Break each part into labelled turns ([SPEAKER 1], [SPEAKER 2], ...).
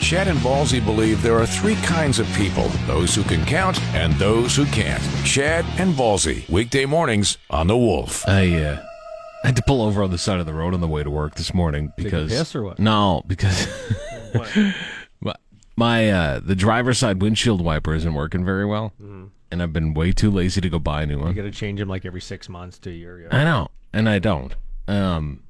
[SPEAKER 1] Chad and Ballsy believe there are three kinds of people those who can count and those who can't. Chad and Ballsy, weekday mornings on The Wolf.
[SPEAKER 2] I uh, I had to pull over on the side of the road on the way to work this morning
[SPEAKER 3] a
[SPEAKER 2] because
[SPEAKER 3] piss or what?
[SPEAKER 2] No, because my, my uh, the driver's side windshield wiper isn't working very well, and I've been way too lazy to go buy a new
[SPEAKER 3] Mm-hmm. You
[SPEAKER 2] one.
[SPEAKER 3] got to change them like every six months to a year.
[SPEAKER 2] I know, and I don't. Um,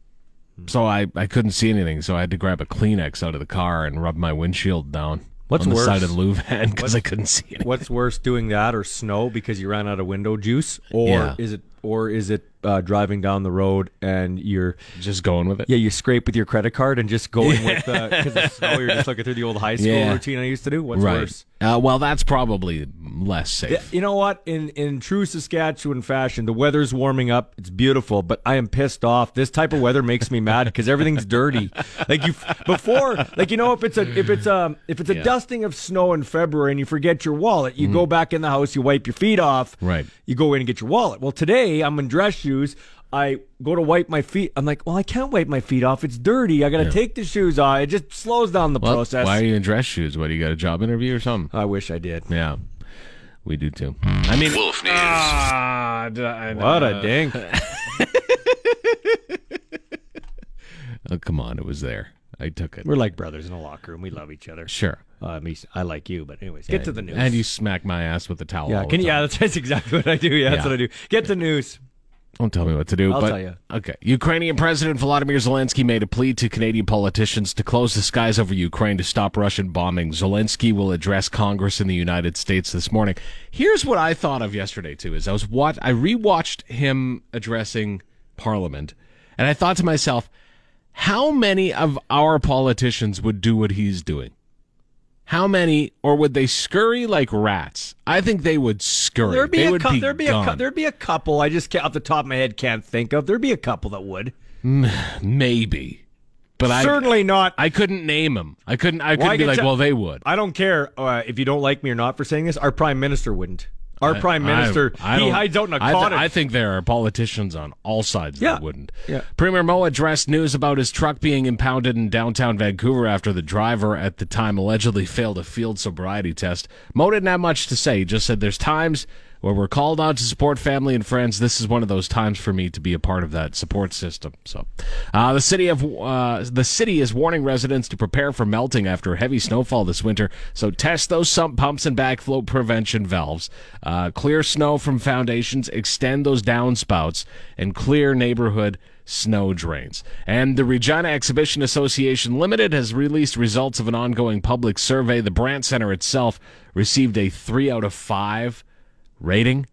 [SPEAKER 3] Hmm.
[SPEAKER 2] so I I couldn't see anything, so I had to grab a Kleenex out of the car and rub my windshield down
[SPEAKER 3] What's
[SPEAKER 2] on the
[SPEAKER 3] worse?
[SPEAKER 2] side of the Louvain because I couldn't see anything.
[SPEAKER 3] What's worse, doing that or snow because you ran out of window juice, or
[SPEAKER 2] Yeah.
[SPEAKER 3] is it or is it uh, driving down the road and you're
[SPEAKER 2] Just going with it.
[SPEAKER 3] yeah you scrape with your credit card and just going with because of snow you're just looking through the old high school
[SPEAKER 2] Yeah.
[SPEAKER 3] routine I used to do. What's
[SPEAKER 2] right.
[SPEAKER 3] worse?
[SPEAKER 2] Uh, well, that's probably less safe.
[SPEAKER 3] Yeah, You know what? In in true Saskatchewan fashion, the weather's warming up. It's beautiful, but I am pissed off. This type of weather makes me mad because everything's dirty. Like you before, like you know, if it's a if it's um if it's a dusting of snow in February and you forget your wallet, you go back in the house, you wipe your feet off,
[SPEAKER 2] Mm-hmm. Right.
[SPEAKER 3] You go in and get your wallet. Well, today I'm in dress shoes. I go to wipe my feet. I'm like, well, I can't wipe my feet off. It's dirty. I got to take the shoes off. It just slows down the
[SPEAKER 2] Well,
[SPEAKER 3] process.
[SPEAKER 2] Why are you in dress shoes? What do you got a job interview or something?
[SPEAKER 3] I wish I did.
[SPEAKER 2] Yeah, we do too.
[SPEAKER 3] Hmm.
[SPEAKER 2] I mean,
[SPEAKER 1] Wolf News.
[SPEAKER 3] What a dink.
[SPEAKER 2] oh, come on, it was there. I took it.
[SPEAKER 3] We're like brothers in a locker room. We love each other.
[SPEAKER 2] Sure.
[SPEAKER 3] Uh, I mean, I like you, but anyways, get to the news.
[SPEAKER 2] And you smack my ass with a towel.
[SPEAKER 3] yeah,
[SPEAKER 2] all the
[SPEAKER 3] can you? Yeah,
[SPEAKER 2] time.
[SPEAKER 3] that's, that's exactly what I do. Yeah, that's
[SPEAKER 2] Yeah.
[SPEAKER 3] what I do. Get the news.
[SPEAKER 2] Don't tell me what to do.
[SPEAKER 3] I'll
[SPEAKER 2] but,
[SPEAKER 3] tell you.
[SPEAKER 2] Okay. Ukrainian President Volodymyr Zelensky made a plea to Canadian politicians to close the skies over Ukraine to stop Russian bombing. Zelensky will address Congress in the United States this morning. Here's what I thought of yesterday too: is I was what I rewatched him addressing Parliament, and I thought to myself, how many of our politicians would do what he's doing? How many, or would they scurry like rats? I think they would scurry.
[SPEAKER 3] There'd be
[SPEAKER 2] They
[SPEAKER 3] a
[SPEAKER 2] would
[SPEAKER 3] cou-
[SPEAKER 2] be
[SPEAKER 3] there'd be a cou-
[SPEAKER 2] gone.
[SPEAKER 3] there'd be a couple. I just can't, off the top of my head can't think of. There'd be a couple that would.
[SPEAKER 2] maybe, but I
[SPEAKER 3] Certainly not.
[SPEAKER 2] I couldn't name him. I couldn't. I couldn't
[SPEAKER 3] Why
[SPEAKER 2] be
[SPEAKER 3] get
[SPEAKER 2] like,
[SPEAKER 3] to-
[SPEAKER 2] well, they would.
[SPEAKER 3] I don't care uh, if you don't like me or not for saying this. Our prime minister wouldn't. Our prime minister,
[SPEAKER 2] I- I
[SPEAKER 3] he
[SPEAKER 2] don't-
[SPEAKER 3] hides out in a
[SPEAKER 2] I th-
[SPEAKER 3] cottage.
[SPEAKER 2] I think there are politicians on all sides
[SPEAKER 3] Yeah.
[SPEAKER 2] that wouldn't.
[SPEAKER 3] Yeah.
[SPEAKER 2] Premier Mo addressed news about his truck being impounded in downtown Vancouver after the driver at the time allegedly failed a field sobriety test. Mo didn't have much to say. He just said, "There's times." Where we're called out to support family and friends, this is one of those times for me to be a part of that support system. So, uh, the city of uh, the city is warning residents to prepare for melting after heavy snowfall this winter. So, test those sump pumps and backflow prevention valves. Uh, clear snow from foundations. Extend those downspouts and clear neighborhood snow drains. And the Regina Exhibition Association Limited has released results of an ongoing public survey. The Brant Center itself received a three out of five rating.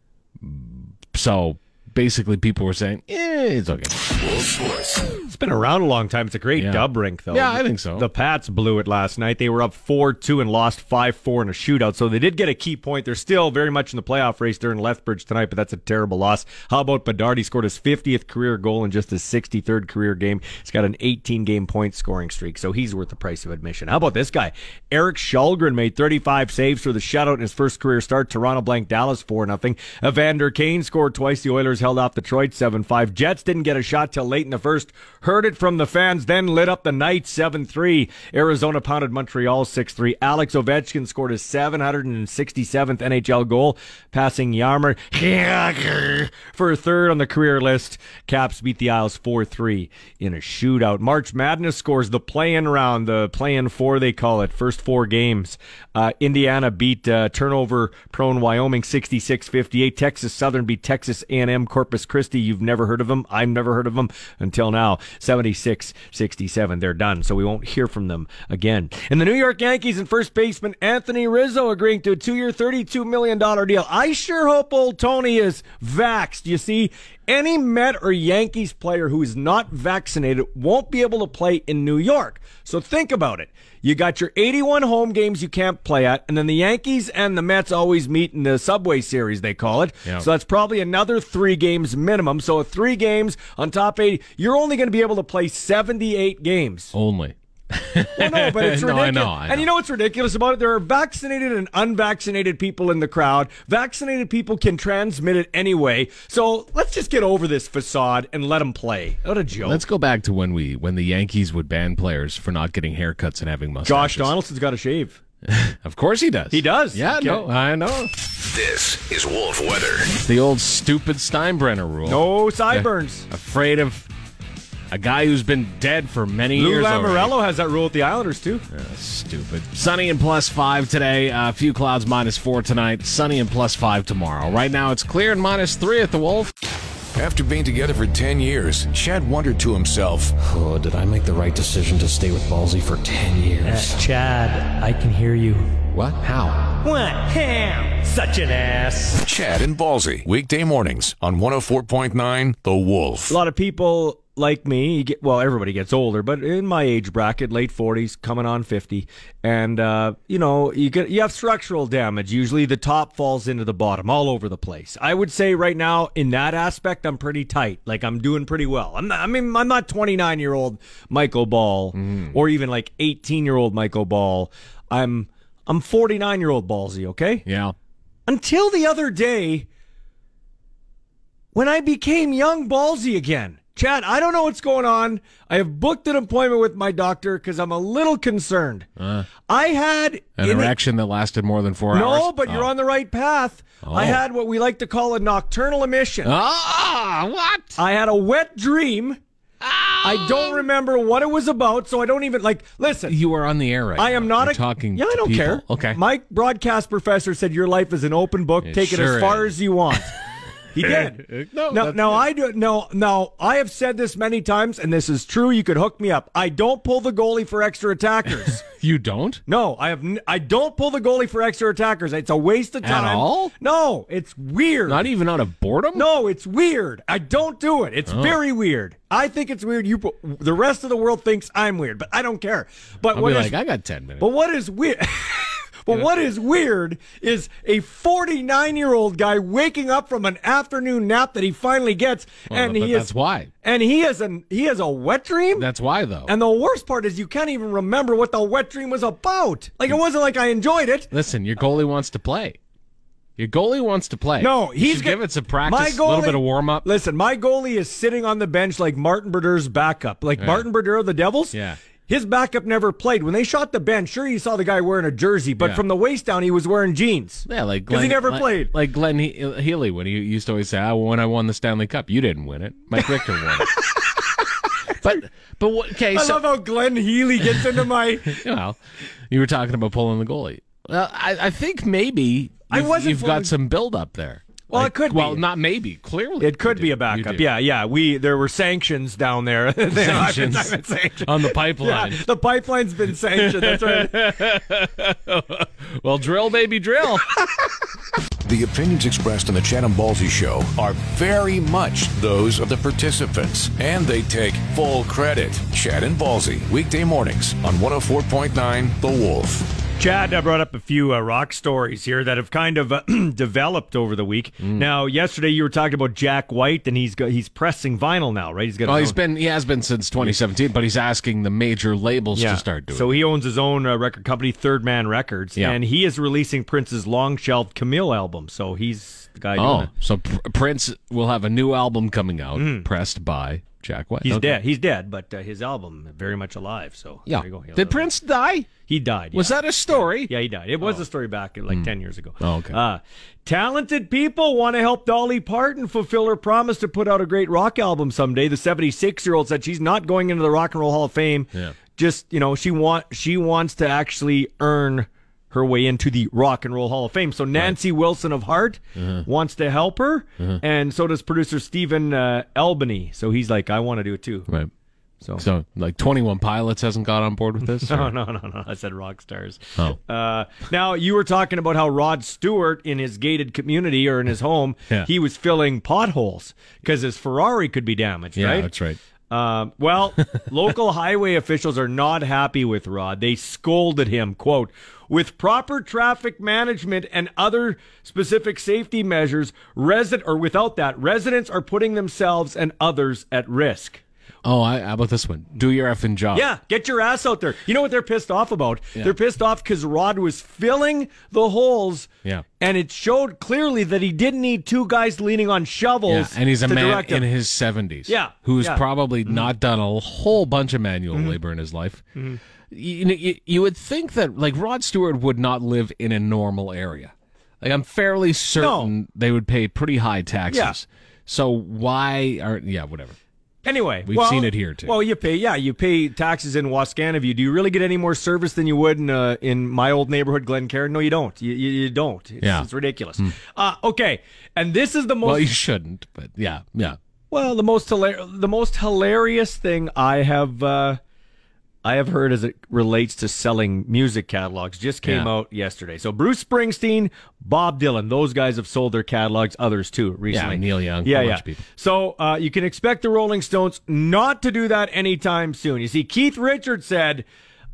[SPEAKER 2] So basically, people were saying, eh, it's okay.
[SPEAKER 3] It's been around a long time. It's a great
[SPEAKER 2] Yeah.
[SPEAKER 3] dub rink, though.
[SPEAKER 2] Yeah, I think so.
[SPEAKER 3] The Pats blew it last night. They were up 4 2 and lost 5 4 in a shootout. So they did get a key point. They're still very much in the playoff race. They're in Lethbridge tonight, but that's a terrible loss. How about Bedard? He scored his 50th career goal in just his 63rd career game. He's got an 18 game point scoring streak, so he's worth the price of admission. How about this guy? Eric Shulgren made 35 saves for the shutout in his first career start. Toronto blanked Dallas 4 0. Evander Kane scored twice. The Oilers held off Detroit 7 5. Jets didn't get a shot till late in the first. Heard it from the fans, then lit up the night 7 3. Arizona pounded Montreal 6 3. Alex Ovechkin scored his 767th NHL goal, passing Yarmer for a third on the career list. Caps beat the Isles 4 3 in a shootout. March Madness scores the play in round, the play in four, they call it. First four games. Uh, Indiana beat uh, turnover prone Wyoming 66 58. Texas Southern beat Texas A&M Corpus Christi. You've never heard of them. I've never heard of them until now. 76 67. They're done, so we won't hear from them again. And the New York Yankees and first baseman Anthony Rizzo agreeing to a two year, $32 million deal. I sure hope old Tony is vaxxed. You see, Any Met or Yankees player who is not vaccinated won't be able to play in New York. So think about it. You got your 81 home games you can't play at, and then the Yankees and the Mets always meet in the Subway Series, they call it.
[SPEAKER 2] Yeah.
[SPEAKER 3] So that's probably another three games minimum. So three games on top 80, you're only going to be able to play 78 games.
[SPEAKER 2] Only.
[SPEAKER 3] Well, no, but it's
[SPEAKER 2] No,
[SPEAKER 3] ridiculous.
[SPEAKER 2] I know, I
[SPEAKER 3] And you
[SPEAKER 2] know.
[SPEAKER 3] know what's ridiculous about it? There are vaccinated and unvaccinated people in the crowd. Vaccinated people can transmit it anyway. So let's just get over this facade and let them play. What a joke.
[SPEAKER 2] Let's go back to when we when the Yankees would ban players for not getting haircuts and having mustaches.
[SPEAKER 3] Josh Donaldson's got a shave.
[SPEAKER 2] Of course he does.
[SPEAKER 3] He does.
[SPEAKER 2] Yeah,
[SPEAKER 3] Okay.
[SPEAKER 2] no, I know.
[SPEAKER 1] This is Wolf Weather.
[SPEAKER 2] It's the old stupid Steinbrenner rule.
[SPEAKER 3] No sideburns.
[SPEAKER 2] Afraid of a guy who's been dead for many
[SPEAKER 3] Lou
[SPEAKER 2] years. already.
[SPEAKER 3] Lamorello has that rule with the Islanders, too.
[SPEAKER 2] Stupid. Sunny and plus five today. A few clouds minus four tonight. Sunny and plus five tomorrow. Right now it's clear and minus three at the Wolf.
[SPEAKER 1] After being together for 10 years, Chad wondered to himself,
[SPEAKER 4] Oh, did I make the right decision to stay with Ballsy for 10 years?
[SPEAKER 5] Chad, I can hear you.
[SPEAKER 4] What? How?
[SPEAKER 5] What? Ham! Such an ass.
[SPEAKER 1] Chad and Ballsy, weekday mornings on 104.9 The Wolf.
[SPEAKER 3] A lot of people like me, you get, well, everybody gets older, but in my age bracket, late 40s, coming on 50, and uh, you know, you get you have structural damage. Usually, the top falls into the bottom, all over the place. I would say right now, in that aspect, I'm pretty tight. Like I'm doing pretty well. I'm not, I mean, I'm not 29 year old Michael Ball, or even like 18 year old Michael Ball. I'm I'm 49 year old Ballsy. Okay
[SPEAKER 2] Yeah.
[SPEAKER 3] until the other day when I became young ballsy again. Chad, I don't know what's going on. I have booked an appointment with my doctor because I'm a little concerned. I had
[SPEAKER 2] Uh, An
[SPEAKER 3] in the-
[SPEAKER 2] erection that lasted more than four hours. Oh.
[SPEAKER 3] no, but you're on the right path. I had what we like to call a nocturnal
[SPEAKER 2] Oh.
[SPEAKER 3] emission.
[SPEAKER 2] Ah, what?
[SPEAKER 3] I had a wet dream. I don't remember what it was about, so I don't even like. Listen,
[SPEAKER 2] You are on the air right
[SPEAKER 3] I am
[SPEAKER 2] now.
[SPEAKER 3] not
[SPEAKER 2] You're
[SPEAKER 3] a,
[SPEAKER 2] talking.
[SPEAKER 3] Yeah, I
[SPEAKER 2] to
[SPEAKER 3] don't
[SPEAKER 2] people.
[SPEAKER 3] care.
[SPEAKER 2] Okay.
[SPEAKER 3] My broadcast professor said your life is an open book.
[SPEAKER 2] It
[SPEAKER 3] Take it
[SPEAKER 2] sure
[SPEAKER 3] as far
[SPEAKER 2] is.
[SPEAKER 3] as you want. He did.
[SPEAKER 2] No,
[SPEAKER 3] Now,
[SPEAKER 2] that's-
[SPEAKER 3] now I do. No, no. I have said this many times, and this is true. You could hook me up. I don't pull the goalie for extra attackers.
[SPEAKER 2] you don't.
[SPEAKER 3] no, I have. N- I don't pull the goalie for extra attackers. It's a waste of
[SPEAKER 2] At
[SPEAKER 3] time.
[SPEAKER 2] all?
[SPEAKER 3] No, it's weird.
[SPEAKER 2] Not even out of boredom.
[SPEAKER 3] No, it's weird. I don't do it.
[SPEAKER 2] Oh.
[SPEAKER 3] It's very weird. I think it's weird. You, the rest of the world thinks I'm weird, but I don't care. But
[SPEAKER 2] I'll
[SPEAKER 3] what
[SPEAKER 2] be
[SPEAKER 3] is-
[SPEAKER 2] like, I got ten minutes.
[SPEAKER 3] but what is weird? but what is weird is a 49 year old guy waking up from an afternoon nap that he finally gets,
[SPEAKER 2] Well,
[SPEAKER 3] and
[SPEAKER 2] but
[SPEAKER 3] he
[SPEAKER 2] that's
[SPEAKER 3] is
[SPEAKER 2] why.
[SPEAKER 3] and he is an he has a wet dream.
[SPEAKER 2] That's why though.
[SPEAKER 3] and the worst part is you can't even remember what the wet dream was about. Like
[SPEAKER 2] Mm.
[SPEAKER 3] it wasn't like I enjoyed it.
[SPEAKER 2] Listen, your goalie wants to play. Your goalie wants to play.
[SPEAKER 3] No,
[SPEAKER 2] You
[SPEAKER 3] he's
[SPEAKER 2] should
[SPEAKER 3] got-
[SPEAKER 2] give it some
[SPEAKER 3] my
[SPEAKER 2] practice,
[SPEAKER 3] goalie,
[SPEAKER 2] a little bit of warm up.
[SPEAKER 3] Listen, my goalie is sitting on the bench like Martin Berder's backup, like Martin Berder of the Devils.
[SPEAKER 2] Yeah.
[SPEAKER 3] His backup never played. When they shot the bench, sure you saw the guy wearing a jersey, but
[SPEAKER 2] Yeah.
[SPEAKER 3] from the waist down he was wearing jeans.
[SPEAKER 2] Yeah, like
[SPEAKER 3] 'Cause he
[SPEAKER 2] Glenn-
[SPEAKER 3] never
[SPEAKER 2] like-
[SPEAKER 3] played.
[SPEAKER 2] Like Glenn he- uh, Healy when he used to always say, "I when I won the Stanley Cup, you didn't win it. Mike Richter won it." but but what, okay,
[SPEAKER 3] I
[SPEAKER 2] so
[SPEAKER 3] love how Glenn Healy gets into my.
[SPEAKER 2] well, you were talking about pulling the goalie. Well, I, I think maybe
[SPEAKER 3] I
[SPEAKER 2] you've,
[SPEAKER 3] wasn't
[SPEAKER 2] you've
[SPEAKER 3] pulling-
[SPEAKER 2] got some build up there.
[SPEAKER 3] Well,
[SPEAKER 2] Like,
[SPEAKER 3] it could be.
[SPEAKER 2] Well, not maybe. Clearly,
[SPEAKER 3] It could
[SPEAKER 2] you
[SPEAKER 3] be
[SPEAKER 2] do.
[SPEAKER 3] a backup.
[SPEAKER 2] You do.
[SPEAKER 3] Yeah, yeah. We there were sanctions down there. There have been
[SPEAKER 2] Sanctions
[SPEAKER 3] sanctions.
[SPEAKER 2] on the
[SPEAKER 3] Yeah,
[SPEAKER 2] pipeline.
[SPEAKER 3] the pipeline's been sanctioned. That's right.
[SPEAKER 2] Well, drill, baby, drill.
[SPEAKER 1] The opinions expressed on the Chad and Ballsy show are very much those of the participants, and they take full credit. Chad and Ballsy, weekday mornings on 104.9 The Wolf.
[SPEAKER 3] Chad I brought up a few uh, rock stories here that have kind of uh, developed over the week.
[SPEAKER 2] Mm.
[SPEAKER 3] Now, yesterday you were talking about Jack White, and he's got, he's pressing vinyl now, right? He's got.
[SPEAKER 2] well,
[SPEAKER 3] his
[SPEAKER 2] he's
[SPEAKER 3] own-
[SPEAKER 2] been he has been since 2017, but he's asking the major labels to start doing.
[SPEAKER 3] So
[SPEAKER 2] it.
[SPEAKER 3] he owns his own uh, record company, Third Man Records,
[SPEAKER 2] Yeah.
[SPEAKER 3] and he is releasing Prince's long shelved Camille album. So he's the guy. doing
[SPEAKER 2] Oh,
[SPEAKER 3] it.
[SPEAKER 2] so Pr- Prince will have a new album coming out, pressed by Jack White.
[SPEAKER 3] He's
[SPEAKER 2] Okay.
[SPEAKER 3] dead. He's dead, but uh, his album very much alive. So
[SPEAKER 2] Yeah.
[SPEAKER 3] there you go. He'll-
[SPEAKER 2] Did Prince die?
[SPEAKER 3] He died.
[SPEAKER 2] Was
[SPEAKER 3] yeah.
[SPEAKER 2] that a story?
[SPEAKER 3] Yeah, he died. It was a story back like 10 years ago.
[SPEAKER 2] Oh, okay.
[SPEAKER 3] Uh, talented people want to help Dolly Parton fulfill her promise to put out a great rock album someday. The 76 year old said she's not going into the Rock and Roll Hall of Fame.
[SPEAKER 2] Yeah.
[SPEAKER 3] Just, you know, she want she wants to actually earn her way into the Rock and Roll Hall of Fame. So Nancy Wilson of Heart wants to help her, and so does producer Stephen uh, Albany. So he's like, I want to do it too.
[SPEAKER 2] Right.
[SPEAKER 3] So,
[SPEAKER 2] So, like, 21 Pilots hasn't got on board with this?
[SPEAKER 3] no, no, no, no. I said rock stars.
[SPEAKER 2] Oh.
[SPEAKER 3] Uh, now you were talking about how Rod Stewart in his gated community or in his home,
[SPEAKER 2] Yeah.
[SPEAKER 3] he was filling potholes because his Ferrari could be damaged.
[SPEAKER 2] yeah,
[SPEAKER 3] right?
[SPEAKER 2] that's right.
[SPEAKER 3] Um, well, local highway officials are not happy with Rod. They scolded him, quote, with proper traffic management and other specific safety measures, resident or without that, residents are putting themselves and others at risk.
[SPEAKER 2] Oh, I, how about this one? Do your effing job.
[SPEAKER 3] Yeah, get your ass out there. You know what they're pissed off about? They're pissed off because Rod was filling the holes.
[SPEAKER 2] Yeah.
[SPEAKER 3] And it showed clearly that he didn't need two guys leaning on
[SPEAKER 2] Yeah,
[SPEAKER 3] shovels.
[SPEAKER 2] and he's a
[SPEAKER 3] to
[SPEAKER 2] man
[SPEAKER 3] direct him.
[SPEAKER 2] in his 70s.
[SPEAKER 3] Yeah,
[SPEAKER 2] Who's
[SPEAKER 3] yeah. Mm-hmm.
[SPEAKER 2] probably not done a whole bunch of manual labor in his life. You, know, you, you would think that, like, Rod Stewart would not live in a normal area. Like, I'm fairly certain they would pay pretty high taxes. So why are, yeah, whatever.
[SPEAKER 3] Anyway,
[SPEAKER 2] We've
[SPEAKER 3] well-
[SPEAKER 2] seen it here, too.
[SPEAKER 3] Well, you pay, yeah, you pay taxes in Wascanaview. Do you really get any more service than you would in uh, in my old neighborhood, Glencairn? No, you don't. You, you, you don't. It's,
[SPEAKER 2] Yeah. Hmm.
[SPEAKER 3] it's ridiculous. Uh, okay, and this is the most
[SPEAKER 2] Well, you shouldn't, but yeah, yeah.
[SPEAKER 3] well, the most hilar- the most hilarious thing I have uh, I have heard as it relates to selling music catalogs just came
[SPEAKER 2] Yeah.
[SPEAKER 3] out yesterday. So Bruce Springsteen, Bob Dylan, those guys have sold their catalogs. Others too recently.
[SPEAKER 2] Neil Young, a
[SPEAKER 3] Yeah,
[SPEAKER 2] bunch
[SPEAKER 3] yeah.
[SPEAKER 2] of people.
[SPEAKER 3] So uh, you can expect the Rolling Stones not to do that anytime soon. You see, Keith Richards said.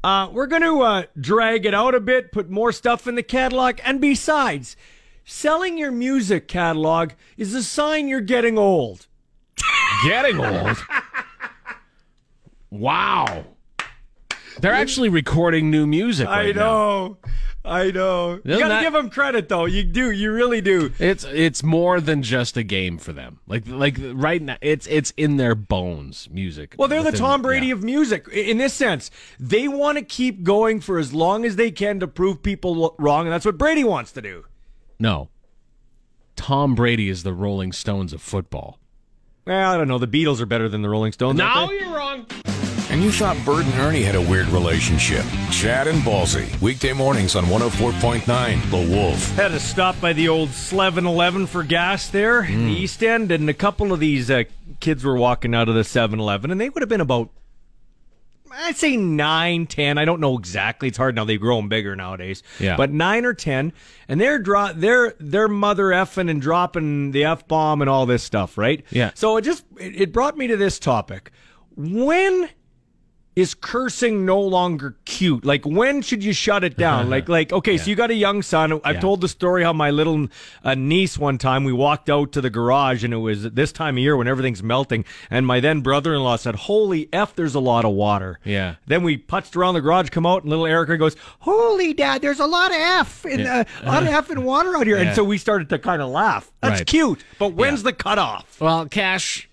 [SPEAKER 3] Uh, we're going to uh, drag it out a bit, put more stuff in the catalog, and besides, selling your music catalog is a sign you're getting old.
[SPEAKER 2] Getting old. wow. They're actually recording new music.
[SPEAKER 3] I
[SPEAKER 2] right now.
[SPEAKER 3] know. I know. You
[SPEAKER 2] Isn't
[SPEAKER 3] gotta
[SPEAKER 2] that-
[SPEAKER 3] give him credit though. You do. You really do.
[SPEAKER 2] It's it's more than just a game for them. Like like right now, it's it's in their bones. Music.
[SPEAKER 3] Well, they're the
[SPEAKER 2] Within-
[SPEAKER 3] Tom Brady
[SPEAKER 2] yeah.
[SPEAKER 3] of music i- in this sense. They want to keep going for as long as they can to prove people lo- wrong, and that's what Brady wants to do.
[SPEAKER 2] No, Tom Brady is the Rolling Stones of football.
[SPEAKER 3] Well, I don't know. The Beatles are better than the Rolling Stones. aren't they?
[SPEAKER 2] you're wrong.
[SPEAKER 1] And you thought Bert and Ernie had a weird relationship. Chad and Ballsy, weekday mornings on 104.9 The Wolf.
[SPEAKER 3] Had a stop by the old Slevin 11 for gas there
[SPEAKER 2] Mm.
[SPEAKER 3] in the East End, and a couple of these uh, kids were walking out of the 7 Eleven, and they would have been about, I'd say 9, 10. I don't know exactly. It's hard now. They've grown bigger nowadays.
[SPEAKER 2] Yeah.
[SPEAKER 3] But 9 or 10, and they're, dro- they're, they're mother effing and dropping the F bomb and all this stuff, right?
[SPEAKER 2] Yeah.
[SPEAKER 3] So it just it, it brought me to this topic. When is cursing no longer cute? Like when should you shut it down? like like okay, so you got a young son. I've told the story how my little uh, niece one time we walked out to the garage and it was this time of year when everything's melting and my then brother-in-law said, "Holy f, there's a lot of water."
[SPEAKER 2] Yeah.
[SPEAKER 3] Then we putzed around the garage, come out and little Erica goes, "Holy dad, there's a lot of f in uh, a lot of f in water out here."
[SPEAKER 2] Yeah.
[SPEAKER 3] And so we started to kind of laugh. That's
[SPEAKER 2] Right.
[SPEAKER 3] cute. But when's the cutoff?
[SPEAKER 2] Well, Cash,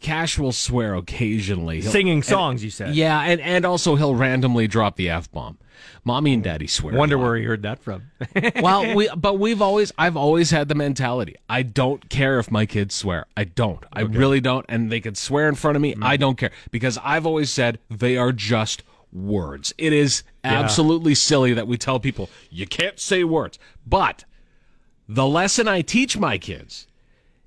[SPEAKER 2] Cash will swear occasionally. He'll-
[SPEAKER 3] Singing songs, you said.
[SPEAKER 2] Yeah, and and also he'll randomly drop the f bomb. Mommy and Daddy swear. a
[SPEAKER 3] Wonder
[SPEAKER 2] lot.
[SPEAKER 3] where he heard that from.
[SPEAKER 2] well, we but we've always I've always had the mentality. I don't care if my kids swear. I don't. I really don't. And they could swear in front of me. I don't care because I've always said they are just words. It is absolutely silly that we tell people you can't say words. But the lesson I teach my kids,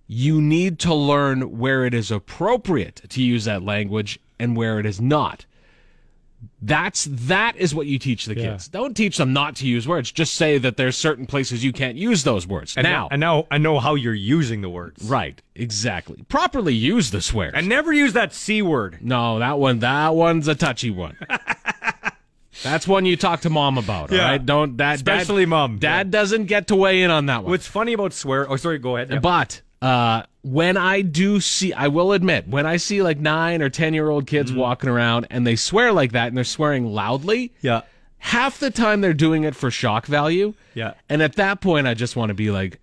[SPEAKER 2] you need to learn where it is appropriate to use that language and where it is not. That's that is what you teach the kids. Don't teach them not to use words. Just say that there's certain places you can't use those words. now,
[SPEAKER 3] and now I know how you're using the words.
[SPEAKER 2] right, exactly. Properly use the swears.
[SPEAKER 3] And never use that c word.
[SPEAKER 2] no, that one, that one's a touchy one. That's one you talk to mom about.
[SPEAKER 3] Yeah.
[SPEAKER 2] All right, don't that dad-
[SPEAKER 3] Especially mom.
[SPEAKER 2] Dad doesn't get to weigh in on that one.
[SPEAKER 3] What's funny about swear? Oh, sorry. Go ahead.
[SPEAKER 2] But uh, when I do see, I will admit, when I see like nine or 10 year old kids
[SPEAKER 3] Mm-hmm.
[SPEAKER 2] walking around and they swear like that and they're swearing loudly,
[SPEAKER 3] Yeah.
[SPEAKER 2] half the time they're doing it for shock value.
[SPEAKER 3] Yeah.
[SPEAKER 2] And at that point, I just want to be like,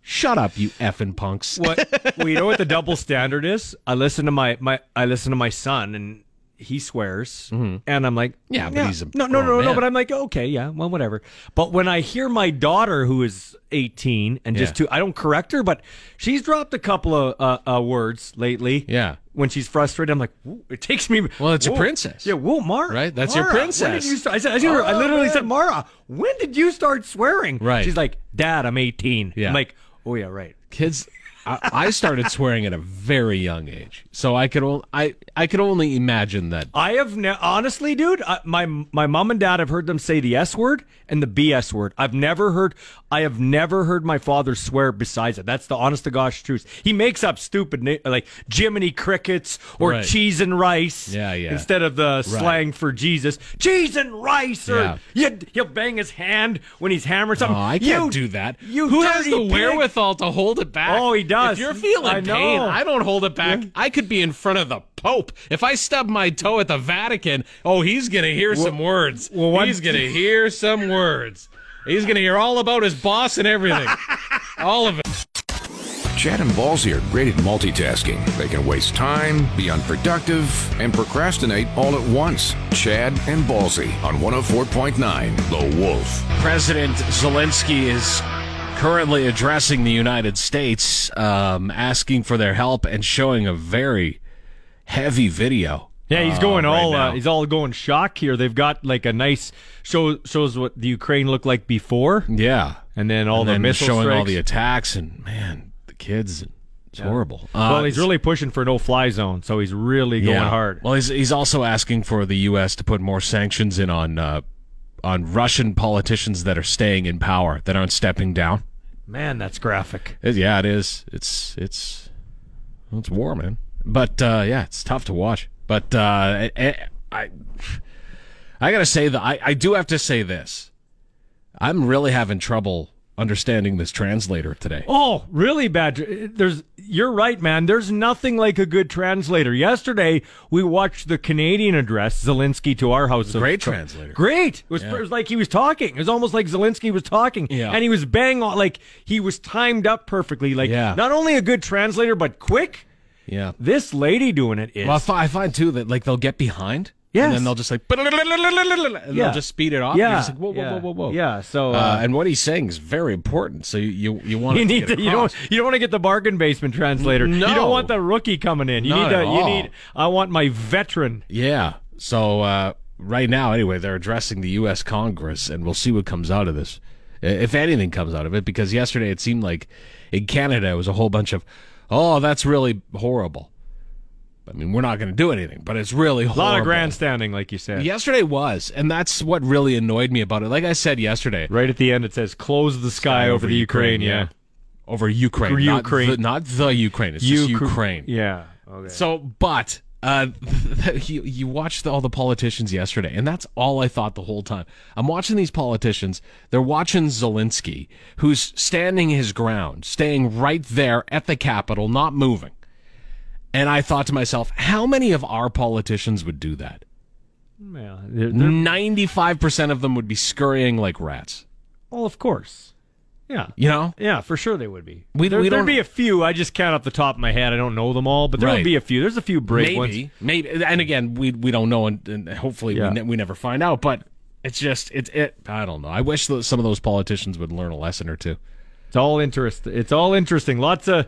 [SPEAKER 2] shut up, you effing punks.
[SPEAKER 3] What? well, you know what the double standard is? I listen to my my I listen to my son and he swears and I'm like,
[SPEAKER 2] Mm-hmm. Yeah, but he's a
[SPEAKER 3] no, no, no,
[SPEAKER 2] grown
[SPEAKER 3] no.
[SPEAKER 2] man.
[SPEAKER 3] But I'm like, okay, yeah, well, whatever. But when I hear my daughter who is 18 and just
[SPEAKER 2] Yeah.
[SPEAKER 3] two, I don't correct her, but she's dropped a couple of uh, uh, words lately.
[SPEAKER 2] Yeah.
[SPEAKER 3] When she's frustrated, I'm like, "Whoa," it takes me.
[SPEAKER 2] Well, it's a
[SPEAKER 3] whoa.
[SPEAKER 2] princess.
[SPEAKER 3] Yeah, whoa, Mara.
[SPEAKER 2] Right? That's your
[SPEAKER 3] Mara, when did
[SPEAKER 2] princess.
[SPEAKER 3] you start- I, said, I, said- I
[SPEAKER 2] Oh,
[SPEAKER 3] literally
[SPEAKER 2] man.
[SPEAKER 3] said, Mara, when did you start swearing?
[SPEAKER 2] Right.
[SPEAKER 3] She's like, Dad, I'm 18.
[SPEAKER 2] Yeah.
[SPEAKER 3] I'm like, oh, yeah, right.
[SPEAKER 2] Kids, I, I started swearing at a very young age, so I could only I I could only imagine that.
[SPEAKER 3] I have ne- honestly, dude. I, my my mom and dad have heard them say the S word and the BS word. I've never heard. I have never heard my father swear besides it. That's the honest to gosh truth. He makes up stupid na- like Jiminy crickets or
[SPEAKER 2] Right.
[SPEAKER 3] cheese and rice.
[SPEAKER 2] Yeah, yeah.
[SPEAKER 3] Instead of the slang for Jesus, cheese and rice. Or
[SPEAKER 2] Yeah.
[SPEAKER 3] you, he'll bang his hand when he's hammered
[SPEAKER 2] Oh,
[SPEAKER 3] something.
[SPEAKER 2] I can't
[SPEAKER 3] You-
[SPEAKER 2] do that.
[SPEAKER 3] You
[SPEAKER 2] Who has
[SPEAKER 3] dirty
[SPEAKER 2] the
[SPEAKER 3] pig.
[SPEAKER 2] wherewithal to hold it back?
[SPEAKER 3] Oh, he does.
[SPEAKER 2] If you're feeling
[SPEAKER 3] I
[SPEAKER 2] pain,
[SPEAKER 3] know.
[SPEAKER 2] I don't hold it back. I could be in front of the Pope. If I stub my toe at the Vatican, oh, he's gonna hear some words.
[SPEAKER 3] well, one-
[SPEAKER 2] he's gonna hear some words. He's gonna hear all about his boss and everything. all of it.
[SPEAKER 1] Chad and Ballsy are great at multitasking. They can waste time, be unproductive, and procrastinate all at once. Chad and Ballsy on 104.9 The Wolf.
[SPEAKER 2] President Zelensky is currently addressing the United States, um, asking for their help and showing a very heavy video.
[SPEAKER 3] Yeah, he's going
[SPEAKER 2] right
[SPEAKER 3] all uh,
[SPEAKER 2] now.
[SPEAKER 3] he's all going shock here. They've got like a nice show shows what the Ukraine looked like before,
[SPEAKER 2] Yeah.
[SPEAKER 3] and then all
[SPEAKER 2] and
[SPEAKER 3] the
[SPEAKER 2] then
[SPEAKER 3] missile
[SPEAKER 2] showing all
[SPEAKER 3] strikes.
[SPEAKER 2] the attacks and man, the kids. It's horrible. Uh,
[SPEAKER 3] well, he's
[SPEAKER 2] it's-
[SPEAKER 3] really pushing for no fly zone, so he's really going
[SPEAKER 2] yeah.
[SPEAKER 3] hard.
[SPEAKER 2] Well, he's he's also asking for the U.S. to put more sanctions in on uh, on Russian politicians that are staying in power that aren't stepping down.
[SPEAKER 3] Man, that's graphic.
[SPEAKER 2] It- yeah, it is. It's it's well, it's war, man. But uh, yeah, it's tough to watch. But uh, I, I I gotta say that I, I do have to say this. I'm really having trouble understanding this translator today.
[SPEAKER 3] Oh, really bad. There's you're right, man. There's nothing like a good translator. Yesterday, we watched the Canadian address Zelensky to our house. of-
[SPEAKER 2] Great translator.
[SPEAKER 3] Great. It was, it was like he was talking. It was almost like Zelensky was talking.
[SPEAKER 2] Yeah.
[SPEAKER 3] And he was bang on, like he was timed up perfectly. Like
[SPEAKER 2] Yeah.
[SPEAKER 3] not only a good translator, but quick.
[SPEAKER 2] Yeah.
[SPEAKER 3] This lady doing it is.
[SPEAKER 2] Well, I, fi- I find too that like they'll get behind.
[SPEAKER 3] Yes.
[SPEAKER 2] And then they'll just like, and
[SPEAKER 3] Yeah.
[SPEAKER 2] they'll just speed it off.
[SPEAKER 3] Yeah.
[SPEAKER 2] You're just like, whoa, whoa,
[SPEAKER 3] Yeah.
[SPEAKER 2] whoa, whoa, whoa.
[SPEAKER 3] Yeah, so,
[SPEAKER 2] uh,
[SPEAKER 3] uh,
[SPEAKER 2] and what he's saying is very important. So you you, you want
[SPEAKER 3] you
[SPEAKER 2] it
[SPEAKER 3] need
[SPEAKER 2] to,
[SPEAKER 3] to,
[SPEAKER 2] get
[SPEAKER 3] you don't
[SPEAKER 2] across.
[SPEAKER 3] you don't want to get the bargain basement translator. You
[SPEAKER 2] No.
[SPEAKER 3] don't want the rookie coming in. You
[SPEAKER 2] Not
[SPEAKER 3] need
[SPEAKER 2] at
[SPEAKER 3] to, you
[SPEAKER 2] all.
[SPEAKER 3] need I want my veteran.
[SPEAKER 2] Yeah. So uh, right now, anyway, they're addressing the U.S. Congress, and we'll see what comes out of this, i- if anything comes out of it. Because yesterday it seemed like in Canada it was a whole bunch of, oh, that's really horrible. I mean, we're not going to do anything, but it's really
[SPEAKER 3] A
[SPEAKER 2] horrible.
[SPEAKER 3] lot of grandstanding like you said.
[SPEAKER 2] Yesterday was, and that's what really annoyed me about it. Like I said yesterday,
[SPEAKER 3] Right at the end it says close the sky, over, the Ukraine, yeah.
[SPEAKER 2] over Ukraine, not
[SPEAKER 3] Ukraine.
[SPEAKER 2] the, not the Ukraine. It's just
[SPEAKER 3] Ukra-
[SPEAKER 2] Ukraine.
[SPEAKER 3] Yeah. Okay.
[SPEAKER 2] So, but uh, you you watched all the politicians yesterday, and that's all I thought the whole time. I'm watching these politicians. They're watching Zelensky, who's standing his ground, staying right there at the Capitol, not moving. And I thought to myself, how many of our politicians would do that? Mm.
[SPEAKER 3] Yeah, they're- they're-
[SPEAKER 2] Ninety-five percent of them would be scurrying like rats.
[SPEAKER 3] well, of course. Yeah.
[SPEAKER 2] You know,
[SPEAKER 3] Yeah, for sure they would be.
[SPEAKER 2] We-
[SPEAKER 3] there,
[SPEAKER 2] we
[SPEAKER 3] there'd
[SPEAKER 2] don't-
[SPEAKER 3] be a few. I just count off the top of my head. I don't know them all, but there
[SPEAKER 2] Right.
[SPEAKER 3] would be a few. There's a few
[SPEAKER 2] maybe,
[SPEAKER 3] brave ones.
[SPEAKER 2] maybe. And again, we we don't know, and, and hopefully
[SPEAKER 3] Yeah.
[SPEAKER 2] we, ne- we never find out. But it's just it's it. I don't know. I wish that some of those politicians would learn a lesson or two.
[SPEAKER 3] It's all interest. It's all interesting. Lots of.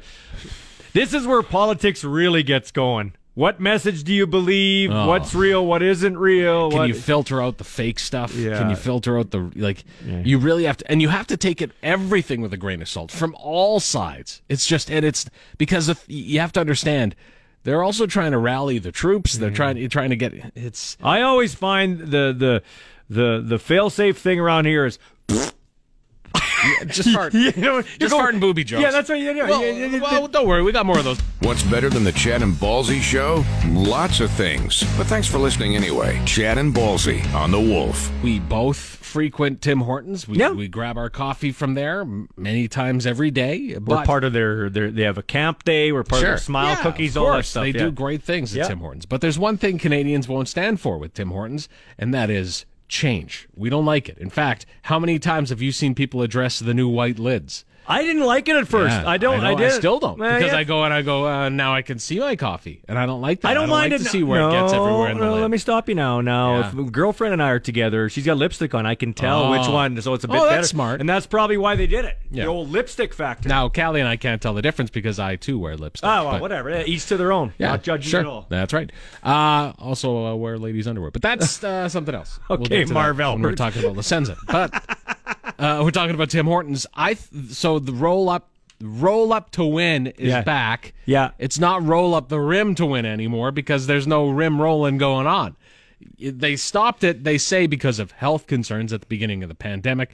[SPEAKER 3] This is where politics really gets going. What message do you believe?
[SPEAKER 2] Oh.
[SPEAKER 3] What's real? What isn't real?
[SPEAKER 2] Can
[SPEAKER 3] what,
[SPEAKER 2] you filter out the fake stuff?
[SPEAKER 3] Yeah.
[SPEAKER 2] Can you filter out the like? You really have to, and you have to take it everything with a grain of salt from all sides. It's just, and it's because if you have to understand, they're also trying to rally the troops. They're trying trying to get it's
[SPEAKER 3] I always find the the the the fail-safe thing around here is
[SPEAKER 2] just fart,
[SPEAKER 3] you know you're
[SPEAKER 2] just
[SPEAKER 3] going-
[SPEAKER 2] farting booby jokes.
[SPEAKER 3] Yeah, that's what you know.
[SPEAKER 2] Well,
[SPEAKER 3] you- you-
[SPEAKER 2] well, don't worry, we got more of those.
[SPEAKER 1] What's better than the Chad and Ballsy show? Lots of things. But thanks for listening anyway. Chad and Ballsy on The Wolf.
[SPEAKER 2] We both frequent Tim Hortons. We,
[SPEAKER 3] Yeah.
[SPEAKER 2] we grab our coffee from there m- many times every day.
[SPEAKER 3] we're
[SPEAKER 2] But
[SPEAKER 3] part of their, their they have a camp day. We're part
[SPEAKER 2] Sure.
[SPEAKER 3] of their smile
[SPEAKER 2] Yeah,
[SPEAKER 3] cookies.
[SPEAKER 2] of
[SPEAKER 3] all that
[SPEAKER 2] course.
[SPEAKER 3] stuff.
[SPEAKER 2] They
[SPEAKER 3] yeah.
[SPEAKER 2] do great things at
[SPEAKER 3] Yeah.
[SPEAKER 2] Tim Hortons. But there's one thing Canadians won't stand for with Tim Hortons, and that is change. We don't like it. In fact, how many times have you seen people address the new white lids?
[SPEAKER 3] I didn't like it at first.
[SPEAKER 2] Yeah,
[SPEAKER 3] I don't.
[SPEAKER 2] know,
[SPEAKER 3] I, did.
[SPEAKER 2] still don't
[SPEAKER 3] Well,
[SPEAKER 2] because
[SPEAKER 3] yeah.
[SPEAKER 2] I go and I go. Uh, now I can see my coffee, and I don't like that.
[SPEAKER 3] I don't, mind
[SPEAKER 2] like
[SPEAKER 3] it.
[SPEAKER 2] to see where
[SPEAKER 3] no,
[SPEAKER 2] it gets everywhere in the
[SPEAKER 3] no,
[SPEAKER 2] lid.
[SPEAKER 3] Let me stop you now. Now,
[SPEAKER 2] Yeah.
[SPEAKER 3] if a girlfriend and I are together, she's got lipstick on. I can tell
[SPEAKER 2] Oh.
[SPEAKER 3] which one, so it's a
[SPEAKER 2] Oh,
[SPEAKER 3] bit
[SPEAKER 2] that's
[SPEAKER 3] better.
[SPEAKER 2] smart.
[SPEAKER 3] And that's probably why they did it.
[SPEAKER 2] Yeah.
[SPEAKER 3] The old lipstick factor.
[SPEAKER 2] now, Callie and I can't tell the difference because I too wear lipstick.
[SPEAKER 3] oh, well,
[SPEAKER 2] but-
[SPEAKER 3] whatever. Eh, Each to their own.
[SPEAKER 2] Yeah,
[SPEAKER 3] Not judging
[SPEAKER 2] sure.
[SPEAKER 3] at all.
[SPEAKER 2] That's right. Uh, also uh, wear ladies' underwear, but that's uh, something else.
[SPEAKER 3] Okay,
[SPEAKER 2] get to that
[SPEAKER 3] Marvell.
[SPEAKER 2] When we're talking about Licenza, but uh, we're talking about Tim Hortons. I th- so the roll up roll up to win is
[SPEAKER 3] Yeah.
[SPEAKER 2] back.
[SPEAKER 3] Yeah.
[SPEAKER 2] It's not roll up the rim to win anymore because there's no rim rolling going on. They stopped it, they say, because of health concerns at the beginning of the pandemic.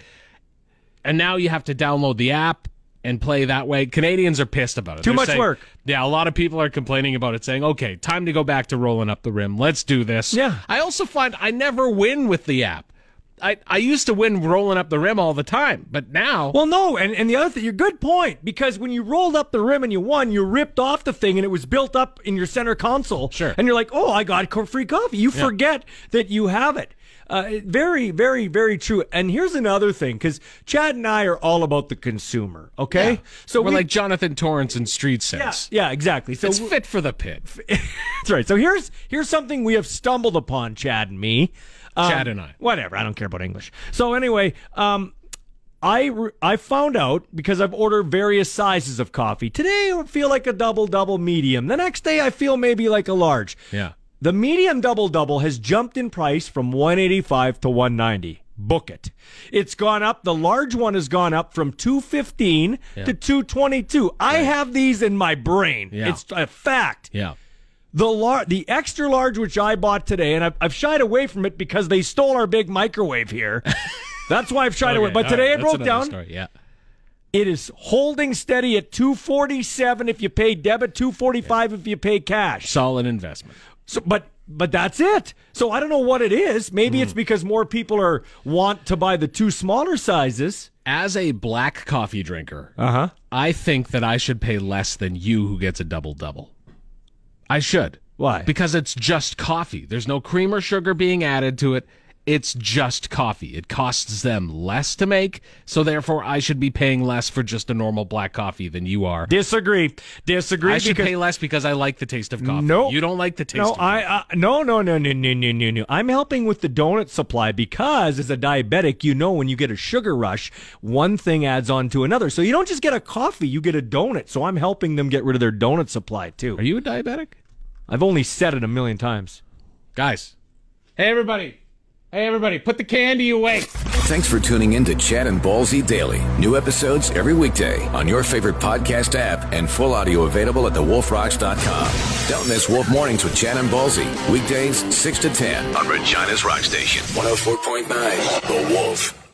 [SPEAKER 2] And now you have to download the app and play that way. Canadians are pissed about it.
[SPEAKER 3] Too much
[SPEAKER 2] saying-
[SPEAKER 3] work.
[SPEAKER 2] Yeah, a lot of people are complaining about it, saying, okay, time to go back to rolling up the rim. Let's do this.
[SPEAKER 3] Yeah.
[SPEAKER 2] I also find I never win with the app. I, I used to win rolling up the rim all the time, but now.
[SPEAKER 3] Well, no, and, and the other thing, your good point, because when you rolled up the rim and you won, you ripped off the thing and it was built up in your center console.
[SPEAKER 2] Sure.
[SPEAKER 3] And you're like, oh, I got co- free coffee. You forget that you have it. Uh, very, very, very true. And here's another thing, because Chad and I are all about the consumer, okay?
[SPEAKER 2] So we're
[SPEAKER 3] we-
[SPEAKER 2] like Jonathan Torrance in Street
[SPEAKER 3] yeah,
[SPEAKER 2] Sense.
[SPEAKER 3] yeah, exactly. So
[SPEAKER 2] It's
[SPEAKER 3] we-
[SPEAKER 2] fit for the pit.
[SPEAKER 3] That's right. So here's here's something we have stumbled upon, Chad and me. Um,
[SPEAKER 2] Chad and I.
[SPEAKER 3] Whatever. I don't care about English. So anyway, um, I re- I found out because I've ordered various sizes of coffee. Today I feel like a double double medium. The next day I feel maybe like a large.
[SPEAKER 2] Yeah.
[SPEAKER 3] The medium double double has jumped in price from 185 to 190. Book it. It's gone up. The large one has gone up from 215 to 222. I have these in my brain.
[SPEAKER 2] Yeah.
[SPEAKER 3] It's a fact.
[SPEAKER 2] Yeah.
[SPEAKER 3] The lar- the extra large which I bought today, and I've, I've shied away from it because they stole our big microwave here. That's why I've shied away. But today I broke down.
[SPEAKER 2] Yeah.
[SPEAKER 3] It is holding steady at two forty seven if you pay debit, two forty five if you pay cash.
[SPEAKER 2] Solid investment.
[SPEAKER 3] So, but but that's it. So I don't know what it is. Maybe
[SPEAKER 2] Hmm.
[SPEAKER 3] it's because more people are want to buy the two smaller sizes.
[SPEAKER 2] As a black coffee drinker,
[SPEAKER 3] Uh huh.
[SPEAKER 2] I think that I should pay less than you who gets a double double. I should.
[SPEAKER 3] Why?
[SPEAKER 2] Because it's just coffee. There's no cream or sugar being added to it. It's just coffee. It costs them less to make, so therefore I should be paying less for just a normal black coffee than you are.
[SPEAKER 3] Disagree. Disagree.
[SPEAKER 2] I should
[SPEAKER 3] because-
[SPEAKER 2] pay less because I like the taste of coffee.
[SPEAKER 3] No.
[SPEAKER 2] You don't like the taste
[SPEAKER 3] No,
[SPEAKER 2] of
[SPEAKER 3] I, I no no no no no no no no. I'm helping with the donut supply because as a diabetic, you know when you get a sugar rush, one thing adds on to another. So you don't just get a coffee, you get a donut. So I'm helping them get rid of their donut supply too.
[SPEAKER 2] Are you a diabetic?
[SPEAKER 3] I've only said it a million times.
[SPEAKER 2] Guys. Hey, everybody. Hey, everybody. Put the candy away.
[SPEAKER 1] Thanks for tuning in to Chad and Ballsy Daily. New episodes every weekday on your favorite podcast app and full audio available at thewolfrocks.com. Don't miss Wolf Mornings with Chad and Ballsy. Weekdays 6 to 10 on Regina's Rock Station. 104.9 The Wolf.